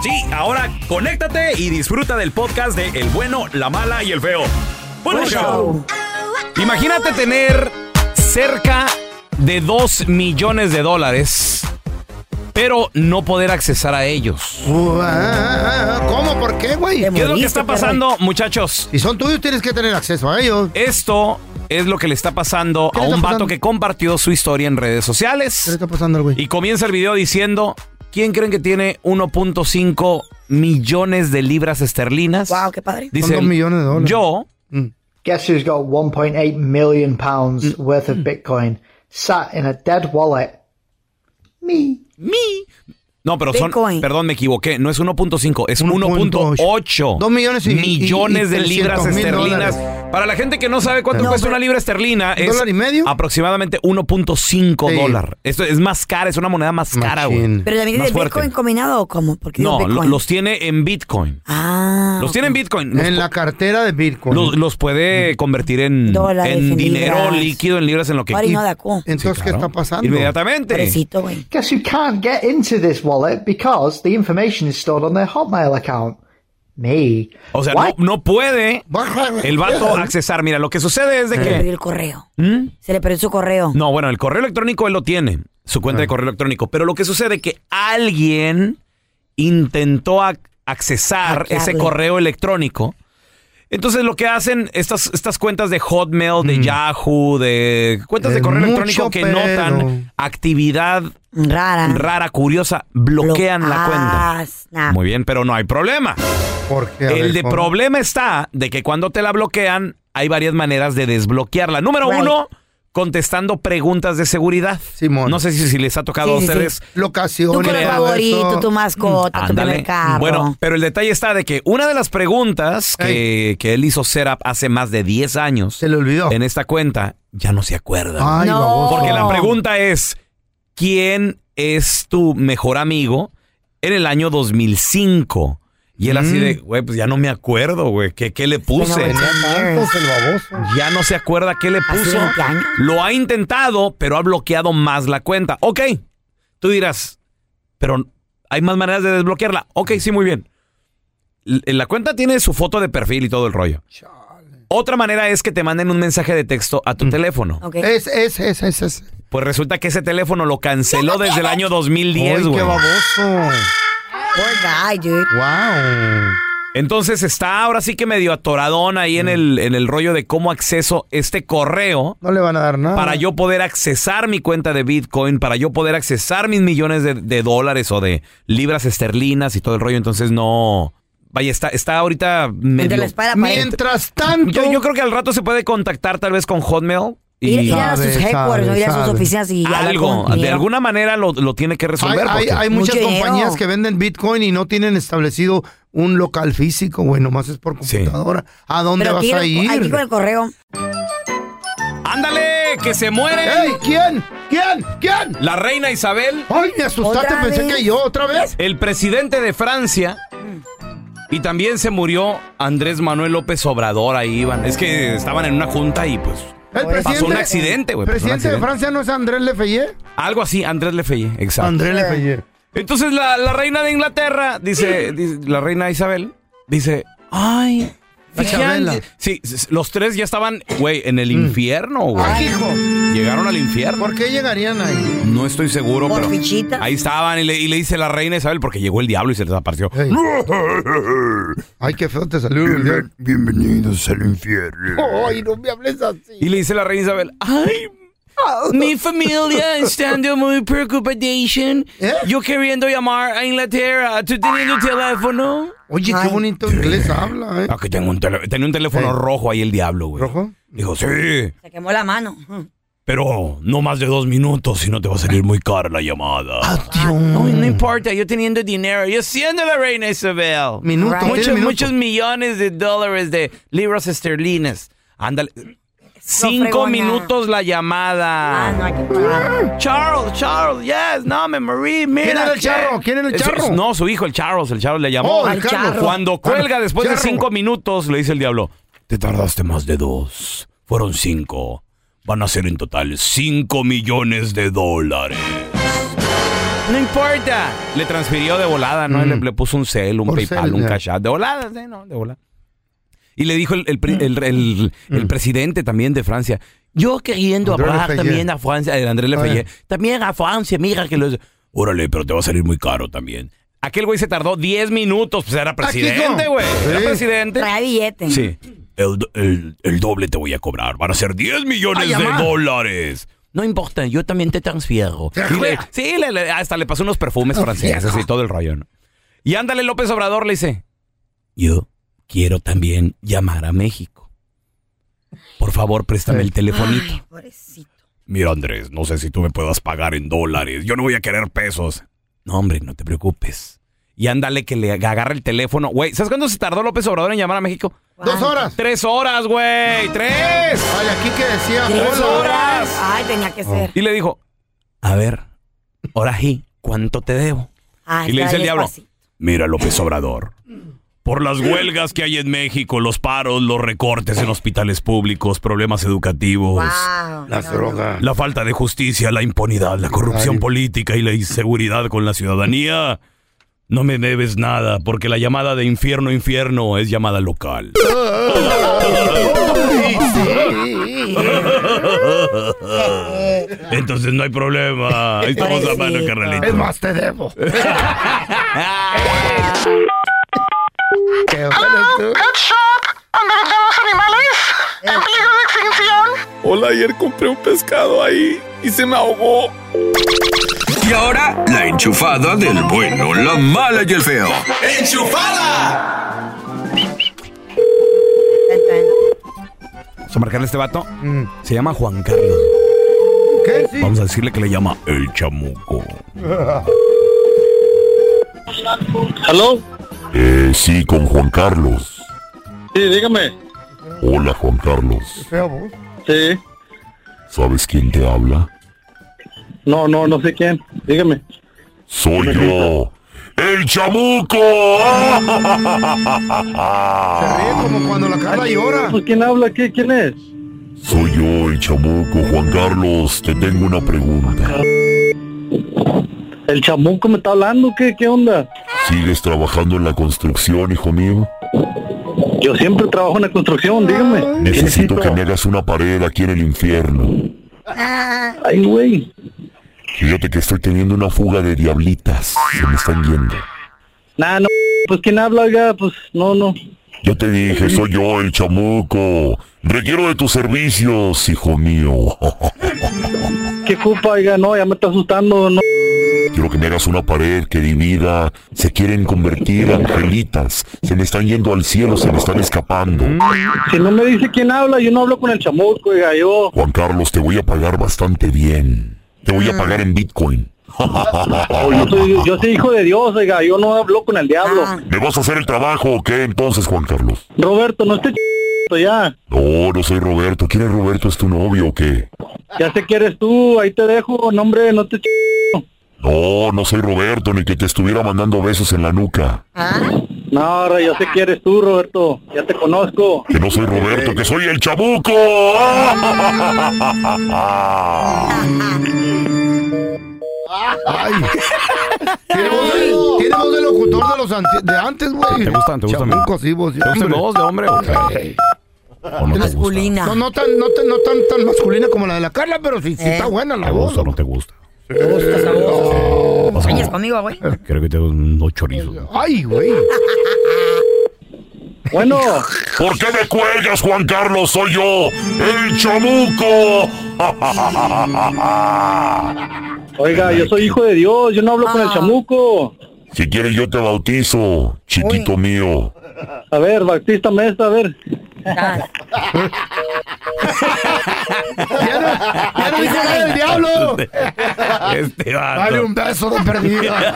Sí, ahora conéctate y disfruta del podcast de El bueno, la mala y el feo. Bueno, show. Imagínate tener cerca de 2 millones de dólares, pero no poder accesar a ellos. ¿Cómo? ¿Por qué, güey? ¿Qué es lo que está pasando, muchachos? Si Este son tuyos, tienes que tener acceso a ellos. Esto es lo que le está pasando ¿Qué a le está un vato pasando? que compartió su historia en redes sociales. ¿Qué le está pasando al güey? Y comienza el video diciendo, ¿quién creen que tiene 1.5 millones de libras esterlinas? Wow, qué padre. Dice Son dos él, millones de dólares. Yo, Mm. Guess who's got 1.8 million pounds worth of Bitcoin sat in a dead wallet? Me. mi... No, pero son, Bitcoin. perdón, me equivoqué, no es 1.5, es 1.8. 1.8 Dos millones y- millones y- y de libras 300 mil esterlinas. Para la gente que no sabe cuánto No, cuesta pero- una libra esterlina, es ¿Dólar y medio? aproximadamente 1.5 Sí. dólar. Esto es más cara, es una moneda más cara, güey. Machín. Pero también Más tiene fuerte. Bitcoin combinado o cómo? ¿Por qué digo No, lo- Bitcoin? los tiene en Bitcoin. Ah. Los tiene en Bitcoin. Los En la cartera de Bitcoin. Mm. Los, los puede convertir en, Dólares, en en dinero libras. líquido, en libras, en lo que Ahora y no de acu. Entonces, ¿qué está pasando? Inmediatamente. Pobrecito, güey. Guess who can't get into this wallet because the information is stored on their Hotmail account? Me. O sea, no, What? no puede Baja el vato accesar. Mira, lo que sucede es de Se le perdió que. el correo. ¿Mm? Se le perdió su correo. No, bueno, el correo electrónico él lo tiene, su Ah. cuenta de correo electrónico. Pero lo que sucede es que alguien intentó ac- accesar Hackearle. ese correo electrónico. Entonces lo que hacen estas, estas cuentas de Hotmail, de Yahoo, de cuentas de Es correo Mm. mucho electrónico que pedo. notan actividad Rara. rara, curiosa, bloquean la cuenta. Ah, snap. Muy bien, pero no hay problema. Porque, El de problema está de que cuando te la bloquean, hay varias maneras de desbloquearla. Número Right. uno, contestando preguntas de seguridad. Simón. No sé si, si les ha tocado Sí, sí, a ustedes. Locación. Tu color favorito, tu mascota, tu Ándale. primer carro. Bueno, pero el detalle está de que una de las preguntas que, que él hizo Serap hace más de 10 años Se le olvidó. en esta cuenta ya no se acuerda. Ay, No. baboso. Porque la no. pregunta es, ¿quién es tu mejor amigo en el año 2005? Y él así Mm. de, güey, pues ya no me acuerdo, güey, ¿qué, qué le Bueno, puse? bueno. Tantos el baboso. Ya no se acuerda qué le ¿Hace puso. 20 años? Lo ha intentado, pero ha bloqueado más la cuenta. Ok, tú dirás, pero hay más maneras de desbloquearla. Ok, sí, muy bien. L- eh, La cuenta tiene su foto de perfil y todo el rollo. Otra manera es que te manden un mensaje de texto Mm. a tu teléfono. Ok. Es, es, es, es, es. Pues resulta que ese teléfono lo canceló desde el año Ay, 2010, qué güey. baboso. Poor guy, dude. Wow. Entonces está ahora sí que medio atoradón ahí Mm. en, el, en el rollo de cómo acceso este correo. No le van a dar nada. para yo poder accesar mi cuenta de Bitcoin, para yo poder accesar mis millones de, de dólares o de libras esterlinas y todo el rollo. Entonces no. Vaya, está, está ahorita medio. Entre la espada y la pared. Mientras tanto. Yo, yo creo que al rato se puede contactar tal vez con Hotmail Ir, Y ir a sus Sabe, headquarters, sabe, no ir a sus sabe. oficinas y ya algo, con de dinero. alguna manera lo, lo tiene que Hay, resolver. hay- porque- hay muchas Mucho dinero. compañías que venden Bitcoin y no tienen establecido un local físico, güey, nomás es por Sí. computadora. ¿A dónde Pero vas aquí, a ir? aquí con el correo. ¡Ándale! ¡Que se muere! ¡Ey! ¿Quién? ¿Quién? ¿Quién? La reina Isabel, ¡Ay, me asustaste! ¿Otra Pensé vez? que yo, ¿otra vez? el presidente de Francia. Y también se murió Andrés Manuel López Obrador. Ahí iban. Es que estaban en una junta y pues. El Pasó un accidente, güey, pasó un presidente de accidente. Francia no es Andrés Lefebvre. Algo así, Andrés Lefeye. Exacto. Andrés Lefebvre. Entonces la, la reina de Inglaterra, dice, dice- la reina Isabel, dice, ay, La Chabela. fíjate. Sí, s- s- los tres ya estaban, güey, en Mm. el infierno, güey. ¡Ay, hijo! Llegaron al infierno. ¿Por qué llegarían ahí? No estoy seguro, Por pero fichita. ahí estaban y le, y le dice la reina Isabel porque llegó el diablo y se les apareció. Ey. ¡Ay, qué feo te salió! Oh, Bienvenidos al infierno. ¡Ay, no me hables así! Y le dice la reina Isabel, ay, Oh. mi familia estando muy preocupación. ¿Eh? Yo queriendo llamar a Inglaterra, tú teniendo teléfono. Oye, qué Ay. bonito inglés habla, ¿eh? Ah, que tengo un tele- tenía un teléfono Ey. rojo ahí el diablo, güey. ¿Rojo? Dijo, sí. Se quemó la mano. Pero no más de dos minutos, si no te va a salir muy cara la llamada. Ah. Ah. no, no importa, yo teniendo dinero, yo siendo la reina Isabel. Minuto, Right. tiene Muchos, minuto. muchos millones de dólares de libras esterlinas. Ándale. Cinco fregona. minutos la Ah, no llamada. hay que pagar. Charles, Charles, yes, no, me morí, mira. ¿Quién era el ¿qué? charro? ¿Quién era el Es- charro? es- no, su hijo, el Charles, el Charles le llamó. Oh, el Al Carlos. charro. Cuando cuelga Carlos, después de charro. cinco minutos, le dice el diablo, te tardaste más de dos. Fueron cinco. Van a ser en total cinco millones de dólares. No importa. Le transfirió de volada, ¿no? Le, le puso un Mm. cel, un Por PayPal, cel, un ya. cash app. De volada, sí, ¿no? De volada. Y le dijo el, el pri- el- el- el presidente también de Francia, yo queriendo André hablar Lefebvre. también a Francia, eh, André Lefebvre, también a Francia, mira que los... Órale, pero te va a salir muy caro también. Aquel güey se tardó 10 minutos, pues era presidente, Kiko. güey. Era Sí. presidente. Trae billete. Sí. El, do- el- el doble te voy a cobrar. Van a ser 10 millones Ay, amá. de dólares. No importa, yo también te transfiero. Y le- sí, le- le- hasta le pasó unos perfumes franceses y todo el rollo. ¿no? Y ándale, López Obrador le dice: Yo quiero también llamar a México. Por favor, préstame el telefonito. Ay, pobrecito. Mira, Andrés, no sé si tú me puedas pagar en dólares. Yo no voy a querer pesos. No, hombre, no te preocupes. Y ándale que le agarra el teléfono. Güey, ¿sabes cuándo se tardó López Obrador en llamar a México? Dos horas. Ah. Tres horas, güey. Tres. Ay, aquí que decía. Tres hola. horas. Ay, tenía que ser. Y le dijo, a ver, ahora sí, ¿cuánto te debo? Ay, Y le dice el trae diablo, despacito. mira López Obrador, por las huelgas que hay en México, los paros, los recortes en hospitales públicos, problemas educativos. Wow. No, no. Pues, La falta de justicia, la impunidad, la corrupción política y la inseguridad con la ciudadanía. No me debes nada, porque la llamada de infierno infierno es llamada local. Entonces no hay problema. Ahí estamos a mano, Pobrecito. carnalito. Es más, te debo. Qué bueno tú. Hola, ayer compré un pescado ahí y se me ahogó. Y ahora, la enchufada del bueno, la mala y el feo. ¡Enchufada! Oh. Ten, ten. Vamos a marcarle a este vato. Se llama Juan Carlos. ¿Qué? Sí. Vamos a decirle que le llama el chamuco. ¿Aló? Eh, sí, con Juan Carlos. Sí, dígame. Hola, Juan Carlos. Fea voz. Sí. ¿Sabes quién te habla? No, no, no sé quién. Dígame. Soy yo, el chamuco. Se ríe como cuando la Carla llora. Pues, ¿Quién habla? ¿Qué, ¿Quién es? Soy yo, el chamuco. Juan Carlos, te tengo una pregunta. ¿El chamuco me está hablando? ¿Qué, qué onda? ¿Sigues trabajando en la construcción, hijo mío? Yo siempre trabajo en la construcción, dígame. ¿Qué Necesito que me hagas una pared aquí en el infierno. Ay, güey. Fíjate que estoy teniendo una fuga de diablitas. Se me están yendo. Nah, no. Pues, ¿quién habla? Oiga, pues, no, no. Ya te dije, soy yo, el chamuco. Requiero de tus servicios, hijo mío. ¿Qué culpa? Oiga, no, ya me está asustando. No. ¿Qué quiero que me hagas una pared que divida. Se quieren convertir angelitas. Se me están yendo al cielo, se me están escapando. Si no me dice quién habla, yo no hablo con el chamusco, oiga, yo... Juan Carlos, te voy a pagar bastante bien. Te voy a pagar en Bitcoin. Oh, Yo soy, yo soy hijo de Dios, oiga, yo no hablo con el diablo. ¿Me vas a hacer el trabajo o qué entonces, Juan Carlos? Roberto, no esté ch... ya. No, no soy Roberto. ¿Quién es Roberto? ¿Es tu novio o qué? Ya sé que eres tú, ahí te dejo, no hombre, no te ch... No, no soy Roberto, ni que te estuviera mandando besos en la nuca. No, ahora ya sé que eres tú, Roberto, ya te conozco. Que no soy Roberto, que soy el chabuco. Ay. Tiene voz de, tiene voz de locutor de los ante- de antes, güey. Te gustan, te gustan. Chamuco, sí, voz de ¿Te gustan hombre. voz de hombre? Ey. ¿O no te gusta? Masculina. No, no tan, no tan, no tan, tan masculina como la de la Carla, pero sí, sí Eh. está buena la ¿Te voz. Oh. gusta o no te gusta? Sueñas conmigo, güey. Creo que tengo unos chorizos. Ay, güey. Bueno, ¿Por qué me cuelgas, Juan Carlos? Soy yo, el chamuco. oiga, yo soy hijo de Dios, yo no hablo con el chamuco. si quieres yo te bautizo, chiquito mío. A ver, Bautista Mesa, a ver. ¡Ya no dice nada del diablo! Este Dale vato. un beso de perdida.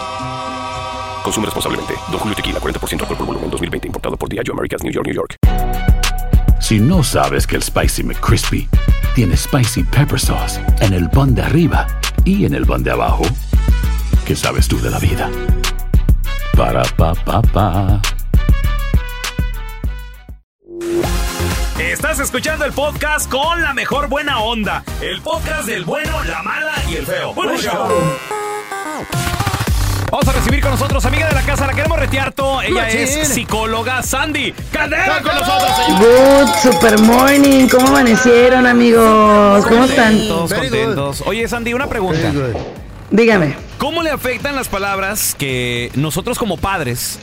Consume responsablemente. Don Julio Tequila, 40% alcohol por volumen, 2020. Importado por Diageo Americas, New York, New York. Si no sabes que el Spicy McCrispy tiene Spicy Pepper Sauce en el pan de arriba y en el pan de abajo, ¿qué sabes tú de la vida? Para, pa, pa, pa. Estás escuchando el podcast con la mejor buena onda. El podcast del bueno, la mala y el feo. Bueno, show. Vamos a recibir con nosotros amiga de la casa, la queremos retear todo. Ella Machín. es psicóloga Sandy. ¡Cadena con nosotros, señor! Good super morning, ¿cómo amanecieron amigos? ¿Cómo están? Todos Very good. contentos. Oye, Sandy, una pregunta. Dígame. ¿Cómo le afectan las palabras que nosotros como padres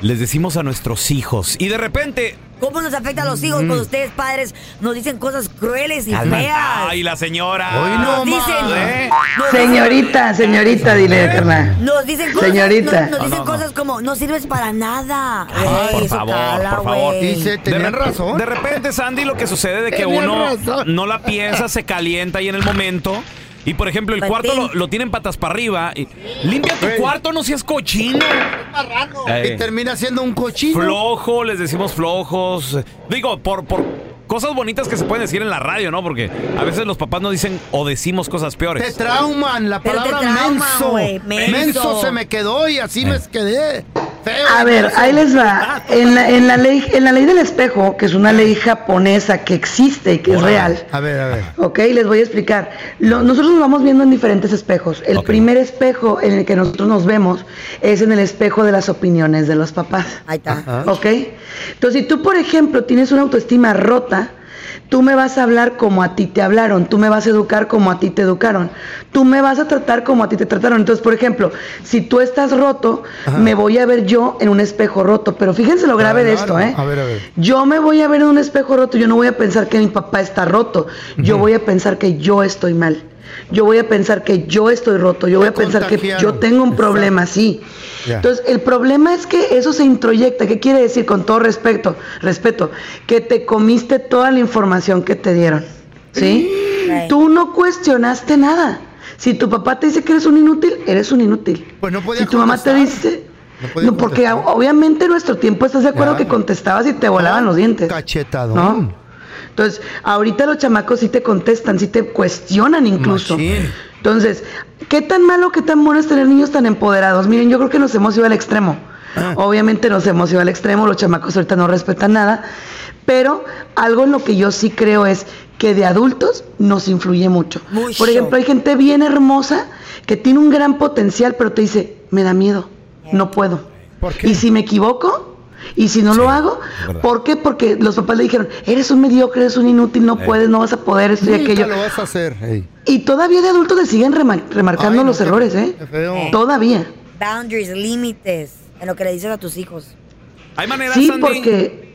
les decimos a nuestros hijos? Y de repente... ¿Cómo nos afecta a los hijos Mm. cuando ustedes padres nos dicen cosas crueles y feas? ¡Ay, la señora! Hoy Nos no dicen, ¿eh? más. nos dicen- Señorita, señorita, dile, carnal. Nos dicen cosas, Señorita. nos- nos No, dicen no, no. cosas como no sirves para nada. Ay, Ey, por eso favor, cala, por favor. güey. Dice, De tenían rep- razón. De repente, Sandy, lo que sucede de que Tenían uno razón. no la piensa, se calienta ahí en el momento. Y por ejemplo, el Patín. cuarto lo, lo tienen patas para arriba. y, Limpia tu cuarto, no seas cochino. Y Eh, termina siendo un cochino. flojo, les decimos flojos. Digo, por, por cosas bonitas que se pueden decir en la radio, ¿no? Porque a veces los papás nos dicen o decimos cosas Te peores. trauman la Pero te palabra trauma, menso. güey, menso. Menso se me quedó y así me quedé. Feo. A ver, ahí les va. En la, en la ley, en la ley del espejo, que es una ley japonesa que existe y que es real. A ver, a ver. Ok, les voy a explicar. Lo- nosotros nos vamos viendo en diferentes espejos. El Ok. primer espejo en el que nosotros nos vemos es en el espejo de las opiniones de los papás. Ahí está. ¿Ok? Entonces, si tú, por ejemplo, tienes una autoestima rota, tú me vas a hablar como a ti te hablaron, tú me vas a educar como a ti te educaron, tú me vas a tratar como a ti te trataron. Entonces, por ejemplo, si tú estás roto, me voy a ver yo en un espejo roto. Pero fíjense lo grave de esto, Claro. ¿eh? A ver, a ver. Yo me voy a ver en un espejo roto, yo no voy a pensar que mi papá está roto, yo voy a pensar que yo estoy mal. Yo voy a pensar que yo estoy roto, yo voy a Te pensar que contagiaron. yo tengo un problema, sí. Ya. Entonces, el problema es que eso se introyecta. ¿Qué quiere decir? Con todo respeto, respeto, que te comiste toda la información que te dieron. ¿Sí? Right. Tú no cuestionaste nada. Si tu papá te dice que eres un inútil, eres un inútil. Pues no podía si tu mamá te contestar. dice, No, porque a- obviamente en nuestro tiempo estás de acuerdo que contestabas y te volaban los dientes. Cachetado. ¿No? Entonces, ahorita los chamacos sí te contestan, sí te cuestionan incluso. Entonces, ¿qué tan malo, qué tan bueno es tener niños tan empoderados? Miren, yo creo que nos hemos ido al extremo. Obviamente nos hemos ido al extremo, los chamacos ahorita no respetan nada, pero algo en lo que yo sí creo es que de adultos nos influye mucho. Por ejemplo, hay gente bien hermosa que tiene un gran potencial, pero te dice, me da miedo, no puedo. Y si me equivoco, y si no lo hago, verdad. ¿por qué? Porque los papás le dijeron, eres un mediocre, eres un inútil, no Eh. puedes, no vas a poder, esto y Nunca aquello. lo vas a hacer. ey. Y todavía de adultos le siguen remar- remarcando los errores, ¿eh? Todavía. Boundaries, límites, en lo que le dices a tus hijos. Hay maneras, Sí, Sandy? porque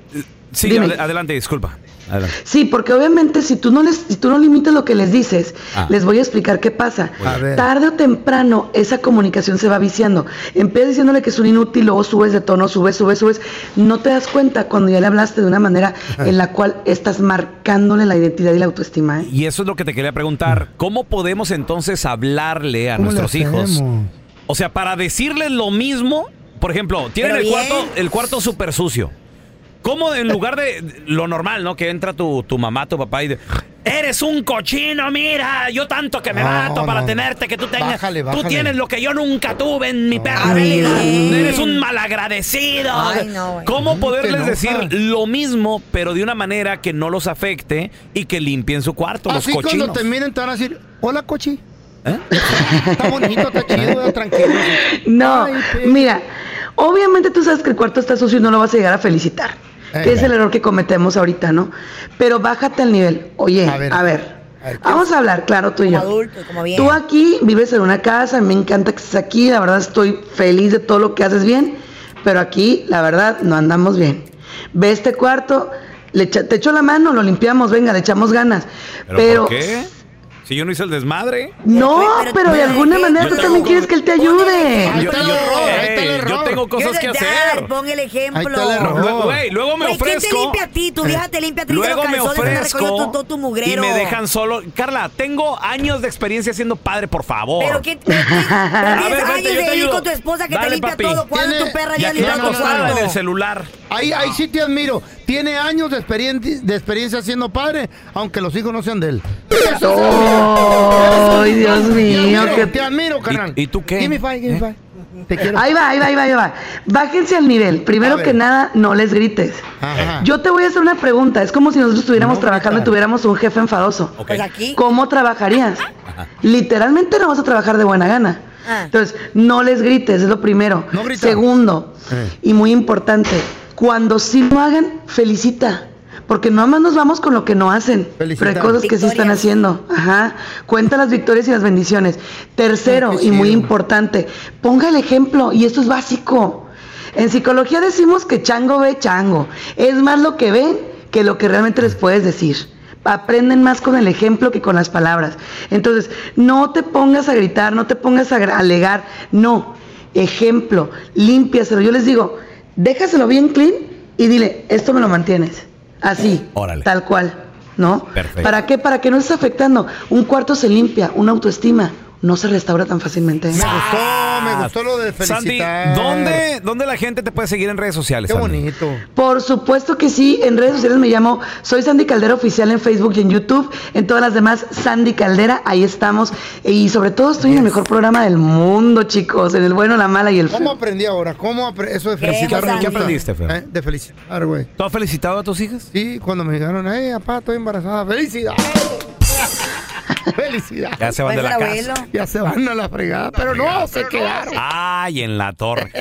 Sí, Dime. ade- adelante, disculpa. Adelante. sí, porque obviamente si tú no les si tú no limitas lo que les dices, Ah. les voy a explicar qué pasa. A ver. Tarde o temprano esa comunicación se va viciando. Empiezas diciéndole que es un inútil, luego subes de tono, subes, subes, subes. No te das cuenta cuando ya le hablaste de una manera en la cual estás marcándole la identidad y la autoestima, ¿eh? Y eso es lo que te quería preguntar. ¿Cómo podemos entonces hablarle a ¿Cómo le nuestros hijos? hacemos? O sea, para decirles lo mismo, por ejemplo, tienen Pero el bien. cuarto, el cuarto súper sucio. ¿Cómo en lugar de lo normal, ¿no? Que entra tu, tu mamá, tu papá y de, eres un cochino, mira, yo tanto que me No, Ah, mato para no. tenerte, que tú tengas, Bájale, tú bájale. tienes lo que yo nunca tuve en Ah, mi perra vida, eres un malagradecido. Ay, no, güey. ¿Cómo Mm, poderles te decir enoja. lo mismo, pero de una manera que no los afecte y que limpien su cuarto, Así los cochinos? cuando te miren te van a decir, hola cochi. Está bonito, está chido, tranquilo. No, mira, obviamente tú sabes que el cuarto está sucio y no lo vas a llegar a felicitar. Eh, que es el claro. error que cometemos ahorita, ¿no? Pero bájate al nivel. Oye, a ver, vamos a hablar, claro, tú y Como yo. adultos, como bien. Tú aquí vives en una casa, me encanta que estés aquí, la verdad estoy feliz de todo lo que haces bien, pero aquí, la verdad, no andamos bien. Ve este cuarto, le echa- te echo la mano, lo limpiamos, venga, le echamos ganas. ¿Pero, Pero, por qué? Si yo no hice el desmadre. no, pero, de alguna manera Yo tú tengo también quieres que él te ayude. Yo, yo- Ey, yo tengo cosas que hacer. Pon el Eh, ejemplo. Ahí está el error. Luego- güey, luego me Güey, ¿Quién ofrezco? te limpia a ti? Tu vieja te limpia a ti. Luego te me los calzones, anda recogiendo ofrezco todo tu y mugrero. me dejan solo. Carla, tengo años de experiencia siendo padre, por favor. Pero ¿qué te A ver, vente, años yo de te vivir ayudo. con tu esposa que te Dale, limpia papi. todo? ¿Cuándo tu Tiene- perra ya Y aquí limpia tu acostada cuarto? en el celular. Ahí, ahí sí te admiro. Tiene años de, experien- de experiencia siendo padre, aunque los hijos no sean de él. ¡Ay, Dios mío! Te admiro, qué- Te admiro, carnal. ¿Y, tú qué? ¿Eh? Give me five, give me five. Te quiero. Ahí va, ahí va, ahí va, ahí va. Bájense al nivel. A Primero ver. que nada, no les grites. Ajá. Yo te voy a hacer una pregunta. Es como si nosotros estuviéramos trabajando y tuviéramos un jefe enfadoso. Pues aquí. ¿Cómo trabajarías? Literalmente no vas a trabajar de buena gana. Ah. Entonces, no les grites, es lo primero. Segundo, y muy importante, cuando sí lo hagan, felicita. Porque nada más nos vamos con lo que no hacen. Felicita. Pero hay cosas que sí están Victorias. haciendo. Ajá. Cuenta las victorias y las bendiciones. Tercero, y muy importante, ponga el ejemplo, y esto es básico. En psicología decimos que chango ve chango. Es más lo que ven que lo que realmente les puedes decir. Aprenden más con el ejemplo que con las palabras. Entonces, no te pongas a gritar, no te pongas a gra- alegar. No. Ejemplo, límpiaselo. Yo les digo, déjaselo bien clean y dile, esto me lo mantienes. Así, tal cual, ¿no? Perfecto. ¿Para qué? Para que no estés afectando. Un cuarto se limpia, una autoestima no se restaura tan fácilmente. ¿eh? me gustó lo de Sandy, felicitar. ¿dónde, ¿dónde la gente te puede seguir en redes sociales? Qué Sandy? bonito. Por supuesto que sí, en redes sociales me llamo Soy Sandy Caldera Oficial en Facebook y en YouTube, en todas las demás Sandy Caldera, ahí estamos. Y sobre todo estoy en el mejor programa del mundo, chicos, en el bueno, la mala y el ¿Cómo feo. aprendí ahora? ¿Cómo apre- eso de ¿Qué felicitar? cosa? me ¿Qué gusta. aprendiste, Fer? Eh, De felicitar, güey. ¿Tú has felicitado a tus hijas? Sí, cuando me dijeron, hey, papá, estoy embarazada. ¡Felicidad! ¡Felicidad! Ya se Pues van de la casa. Ya se van a la fregada. Pero no, se quedaron. Ay, en la torre.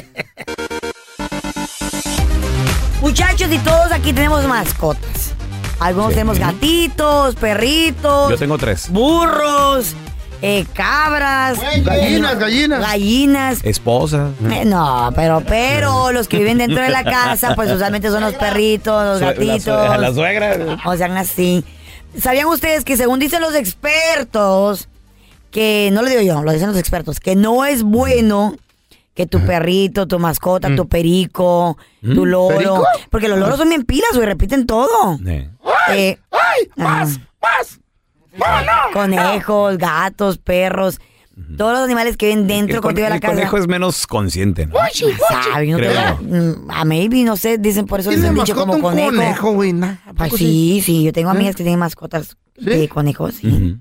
Muchachos, y todos aquí tenemos mascotas. Algunos tenemos gatitos, perritos. Yo tengo tres. Burros, eh, cabras. gallinas, eh, gallinas. Gallinas. Esposa. Eh, No, pero, pero los que viven dentro de la casa, pues usualmente son los perritos, los Sue- la gatitos. sue- a la suegra. O sea, así. ¿Sabían ustedes que según dicen los expertos, que no lo digo yo, lo dicen los expertos, que no es bueno que tu perrito, tu mascota, tu perico, tu Mm, loro, ¿perico? porque los loros son bien pilas, güey, repiten todo. Eh. Eh, ajá. Conejos, gatos, perros. Todos los animales que viven dentro El, con- contigo de la el casa. conejo es menos consciente. ¿no? Sabe, no te Creo. da- mm, a maybe, no sé, dicen por eso ¿Tiene dicen dicho mascota como un conejo. conejo, güey? Nah, ¿a Ay, poco sí, sí, yo tengo ¿Eh? amigas que tienen mascotas de conejos. sí.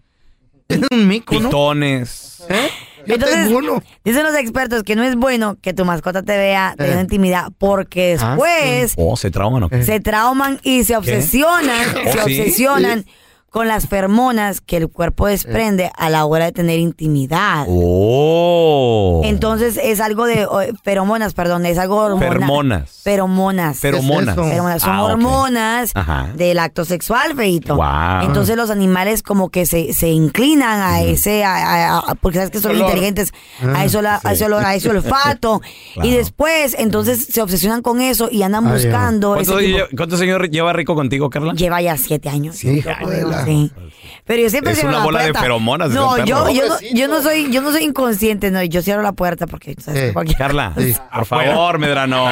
Es un mico, ¿no? Pitones. Entonces, dicen los expertos que no es bueno que tu mascota te vea teniendo Eh. intimidad porque después Oh, se trauman. ¿o qué? se trauman y se obsesionan, se ¿Oh, sí? obsesionan con las fermonas que el cuerpo desprende a la hora de tener intimidad. Oh. Entonces es algo de o, eh, feromonas, perdón, es algo hormonal. Fermonas. Feromonas. Feromonas. ¿Qué es eso? Feromonas. Son Ah, ok. hormonas Ajá. del acto sexual, feito. Wow. Entonces los animales como que se, se inclinan a ese, a- a- a- porque sabes que son Olor. inteligentes, Ah, a, eso, la- a ese olor, a ese olfato. Y después, entonces se obsesionan con eso y Ah, andan buscando ese ¿Cuántos tipo- años lle- ¿Cuántos años lleva rico contigo, Carla? Lleva ya siete años. Sí. Pero yo siempre Es cierro una la bola de puerta. feromonas, No, ese yo, perro. yo no, yo no soy, yo no soy inconsciente, no, yo cierro la puerta porque ¿sabes? Cualquier- Carla, por favor, Medrano.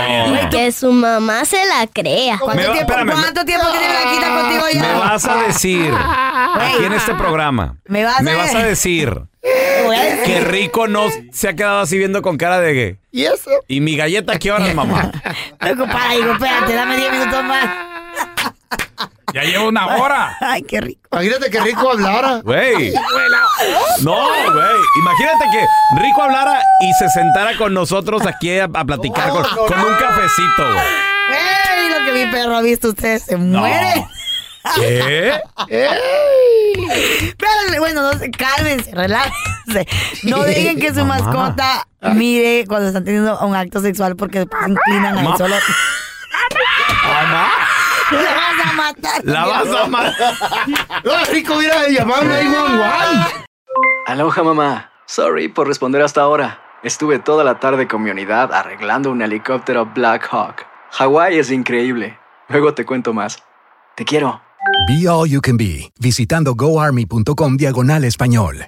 Que su mamá se la crea. ¿Cuánto Me va- tiempo- espérame, me- ¿Cuánto tiempo tiene Blanquita contigo ya? Me vas a decir, aquí en este programa, Me vas me a- vas a decir que Rico no se ha quedado así viendo con cara de que, ¿Y eso? ¿Y mi galleta a qué horas, mamá? Luego para, digo, espérate, dame 10 minutos más. Ya llevo una hora. Ay, qué rico. Imagínate que rico hablara. Güey. No, güey. Imagínate que Rico hablara y se sentara con nosotros aquí a, a platicar con, con un cafecito. güey. ¡Ey! Lo que mi perro ha visto, ustedes se mueren. ¿Qué? ¡Ey! Pero bueno, no sé, cálmense, relájense. No dejen que su Mamá. mascota mire cuando están teniendo un acto sexual porque después se inclinan Ma- al solo. ¡La vas a matar! La vas a matar. No, rico, mira, llamarme ahí, Juan Juan. Aloha mamá. Sorry por responder hasta ahora. Estuve toda la tarde con mi unidad arreglando un helicóptero Black Hawk. Hawái es increíble. Luego te cuento más. Te quiero. Be All You Can Be, visitando goarmy.com diagonal español.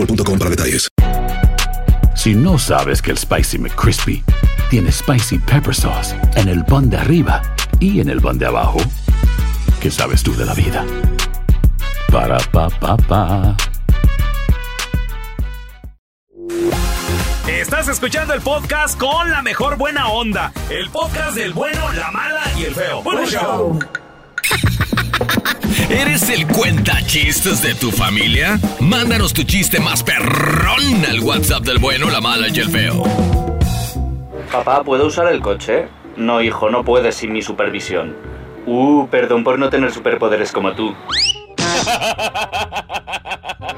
para detalles. Si no sabes que el Spicy McCrispy tiene Spicy Pepper Sauce en el pan de arriba y en el pan de abajo, ¿qué sabes tú de la vida? Para, pa, pa, pa. Estás escuchando el podcast con la mejor buena onda. El podcast del bueno, la mala y el feo. Bueno, show. ¿Eres el cuenta chistes de tu familia? Mándanos tu chiste más perrón al WhatsApp del bueno, la mala y el feo. Papá, ¿puedo usar el coche? No, hijo, no puedes sin mi supervisión. Uh, perdón por no tener superpoderes como tú.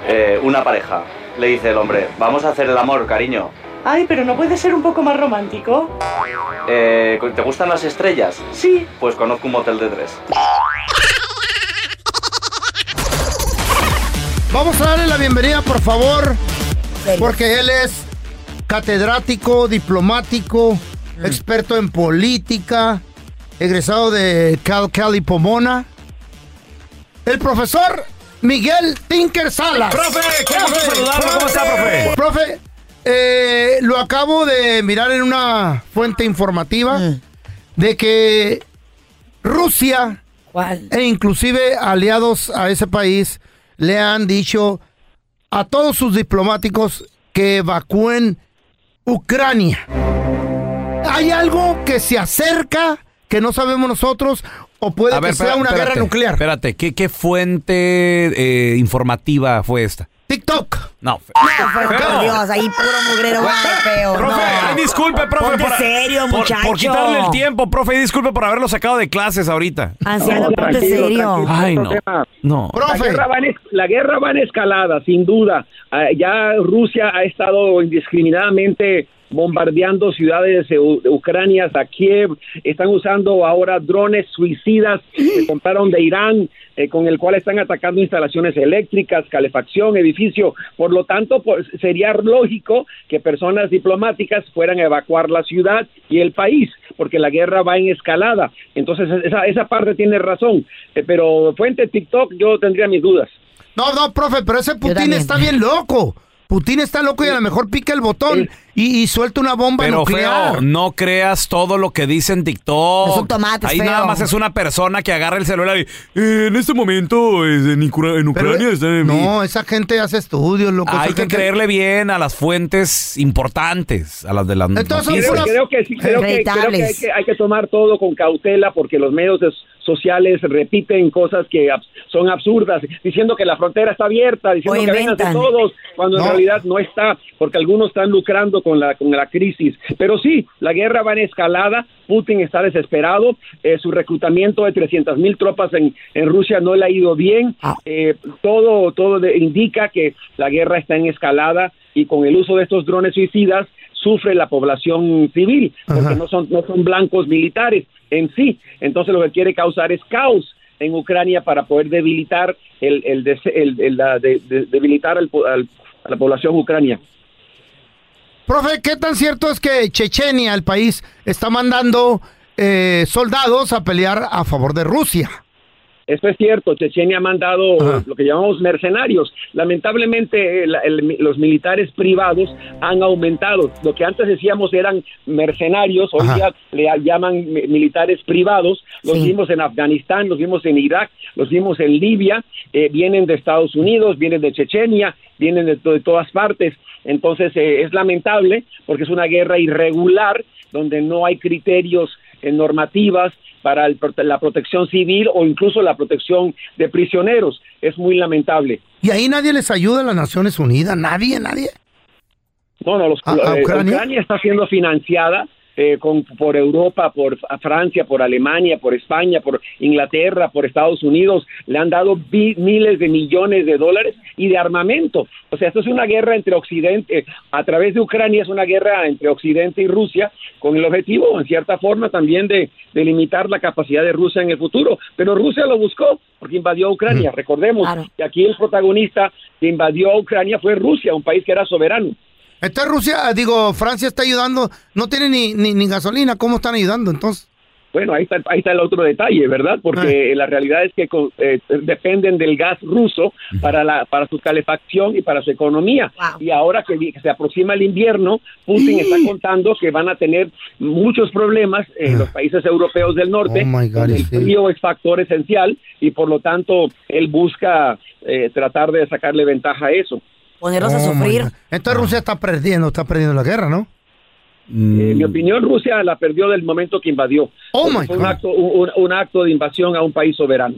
Eh, una pareja. Le dice el hombre, vamos a hacer el amor, cariño. Ay, pero no puede ser un poco más romántico. Eh, ¿Te gustan las estrellas? Sí. Pues conozco un motel de tres. Vamos a darle la bienvenida, por favor. Porque él es catedrático, diplomático, experto en política, egresado de Cal Cali Pomona. El profesor Miguel Tinker Salas. Profe, qué gusto Profe, saludarlo. ¿Cómo está, profe? Profe, eh, lo acabo de mirar en una fuente informativa de que Rusia e inclusive aliados a ese país le han dicho a todos sus diplomáticos que evacúen Ucrania. ¿Hay algo que se acerca que no sabemos nosotros o puede A ver, que sea espera- una espérate, guerra nuclear? Espérate, ¿qué, qué fuente eh, informativa fue esta? TikTok. No. fe- Por Dios, ahí puro mugrero, ay, feo. Profe, no. ay, disculpe, profe. Ponte por- serio, por- muchacho. Por quitarle el tiempo, profe, y disculpe por haberlo sacado de clases ahorita. Anciano, No, ponte tranquilo, serio. tranquilo, Ay, no. problema. No. La guerra, va en, es- la guerra va en escalada, sin duda. Ah, ya Rusia ha estado indiscriminadamente bombardeando ciudades de U- de Ucrania hasta Kiev, están usando ahora drones suicidas que compraron de Irán, eh, con el cual están atacando instalaciones eléctricas, calefacción, edificio. Por lo tanto, pues, sería lógico que personas diplomáticas fueran a evacuar la ciudad y el país, porque la guerra va en escalada. Entonces, esa, esa parte tiene razón, Eh, pero fuente TikTok yo tendría mis dudas. No, no, profe, pero ese Putin está bien loco. Putin está loco y a lo mejor pica el botón y, y suelta una bomba Pero nuclear. feo, no creas todo lo que dice en TikTok. Es un tomate, es Ahí feo. nada más es una persona que agarra el celular y "Eh, en este momento es en, Ucra- en Pero- Ucrania están en- no, esa gente hace estudios, loco. Hay esa que gente- creerle bien a las fuentes importantes, a las de las Entonces, noticias. son puras- creo que sí, creo que, creo que hay, que hay que tomar todo con cautela porque los medios es- sociales repiten cosas que abs- son absurdas, diciendo que la frontera está abierta, O diciendo que vengan de inventan. todos, cuando No. en realidad no está, porque algunos están lucrando con la, con la crisis. Pero sí, la guerra va en escalada, Putin está desesperado, eh, su reclutamiento de 300 mil tropas en, en Rusia no le ha ido bien, eh, todo, todo de- indica que la guerra está en escalada y con el uso de estos drones suicidas sufre la población civil, porque no son, no son blancos militares en sí. Entonces lo que quiere causar es caos en Ucrania para poder debilitar el, el, dese- el- el- la de- de- debilitar al po- al- a la población ucrania. Profe, ¿qué tan cierto es que Chechenia, el país, está mandando eh, soldados a pelear a favor de Rusia? Eso es cierto, Chechenia ha mandado lo que llamamos mercenarios. Lamentablemente eh, la- el- los militares privados han aumentado. Lo que antes decíamos eran mercenarios, hoy día le a- llaman mi- militares privados. Los vimos en Afganistán, los vimos en Irak, los vimos en Libia, eh, vienen de Estados Unidos, vienen de Chechenia, vienen de, to- de todas partes. Entonces eh, es lamentable porque es una guerra irregular donde no hay criterios eh, normativas para el prote- la protección civil o incluso la protección de prisioneros. Es muy lamentable. Y ahí nadie les ayuda a las Naciones Unidas, nadie, nadie. No, no, los- ¿A- a eh, Ucrania? Ucrania? está siendo financiada eh, con, por Europa, por F- Francia, por Alemania, por España, por Inglaterra, por Estados Unidos. Le han dado bi- miles de millones de dólares y de armamento. O sea, esto es una guerra entre Occidente, a través de Ucrania es una guerra entre Occidente y Rusia, con el objetivo, en cierta forma, también de, de limitar la capacidad de Rusia en el futuro. Pero Rusia lo buscó porque invadió a Ucrania, Mm. recordemos. que aquí el protagonista que invadió a Ucrania fue Rusia, un país que era soberano. Entonces Rusia, ah, digo, Francia está ayudando, no tiene ni, ni, ni gasolina, ¿cómo están ayudando entonces? Bueno, ahí está, ahí está el otro detalle, ¿verdad? Ah. Porque la realidad es que co- eh, dependen del gas ruso para, la, para su calefacción y para su economía. Y ahora que, vi- que se aproxima el invierno, Putin está contando que van a tener muchos problemas en los países europeos del norte. Ah. Oh, my God, donde el sí. frío es factor esencial y por lo tanto él busca eh, tratar de sacarle ventaja a eso. Ponerlos a sufrir. Oh, Entonces Rusia está perdiendo, está perdiendo la guerra, ¿no? Mm, En Eh, Mm. mi opinión, Rusia la perdió del momento que invadió. Porque fue un acto, un- un acto de invasión a un país soberano.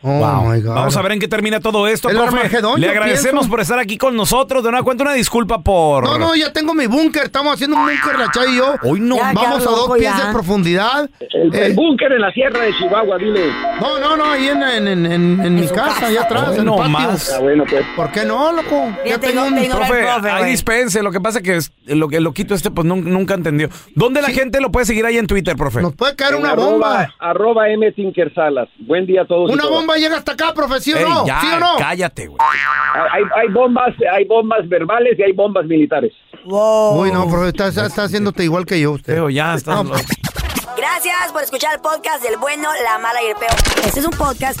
Oh, my God. Vamos a ver en qué termina todo esto, El profe. Armagedón, Le yo agradecemos pienso. por estar aquí con nosotros. De una cuenta, una disculpa por... No, no, ya tengo mi búnker, estamos haciendo un búnker, la Chay y yo. Hoy no. Ya, Vamos ya, a dos loco, pies ya. de profundidad. El, Eh, el búnker en la sierra de Chihuahua, dile. No, no, no, ahí en, en- en- en- en mi casa, allá atrás, en el No patio. más. Ah, bueno, pues. ¿Por qué no, loco? Ya tengo, un Profe, ahí dispense. Lo que pasa que es- lo que lo quito este pues nun- nunca entendió. ¿Dónde la gente lo puede seguir ahí en Twitter, profe? Nos puede caer En Arroba, arroba M. Tinker Salas. Buen día a todos. y Una todas. bomba llega hasta acá, profe, ¿sí o no? ¿Sí o no? cállate, güey. Hay, hay bombas, hay bombas verbales y hay bombas militares. Uy, no, profe, está, está- está haciéndote igual que yo usted. Pero ya, está... Gracias por escuchar el podcast del bueno, la mala y el peor. Este es un podcast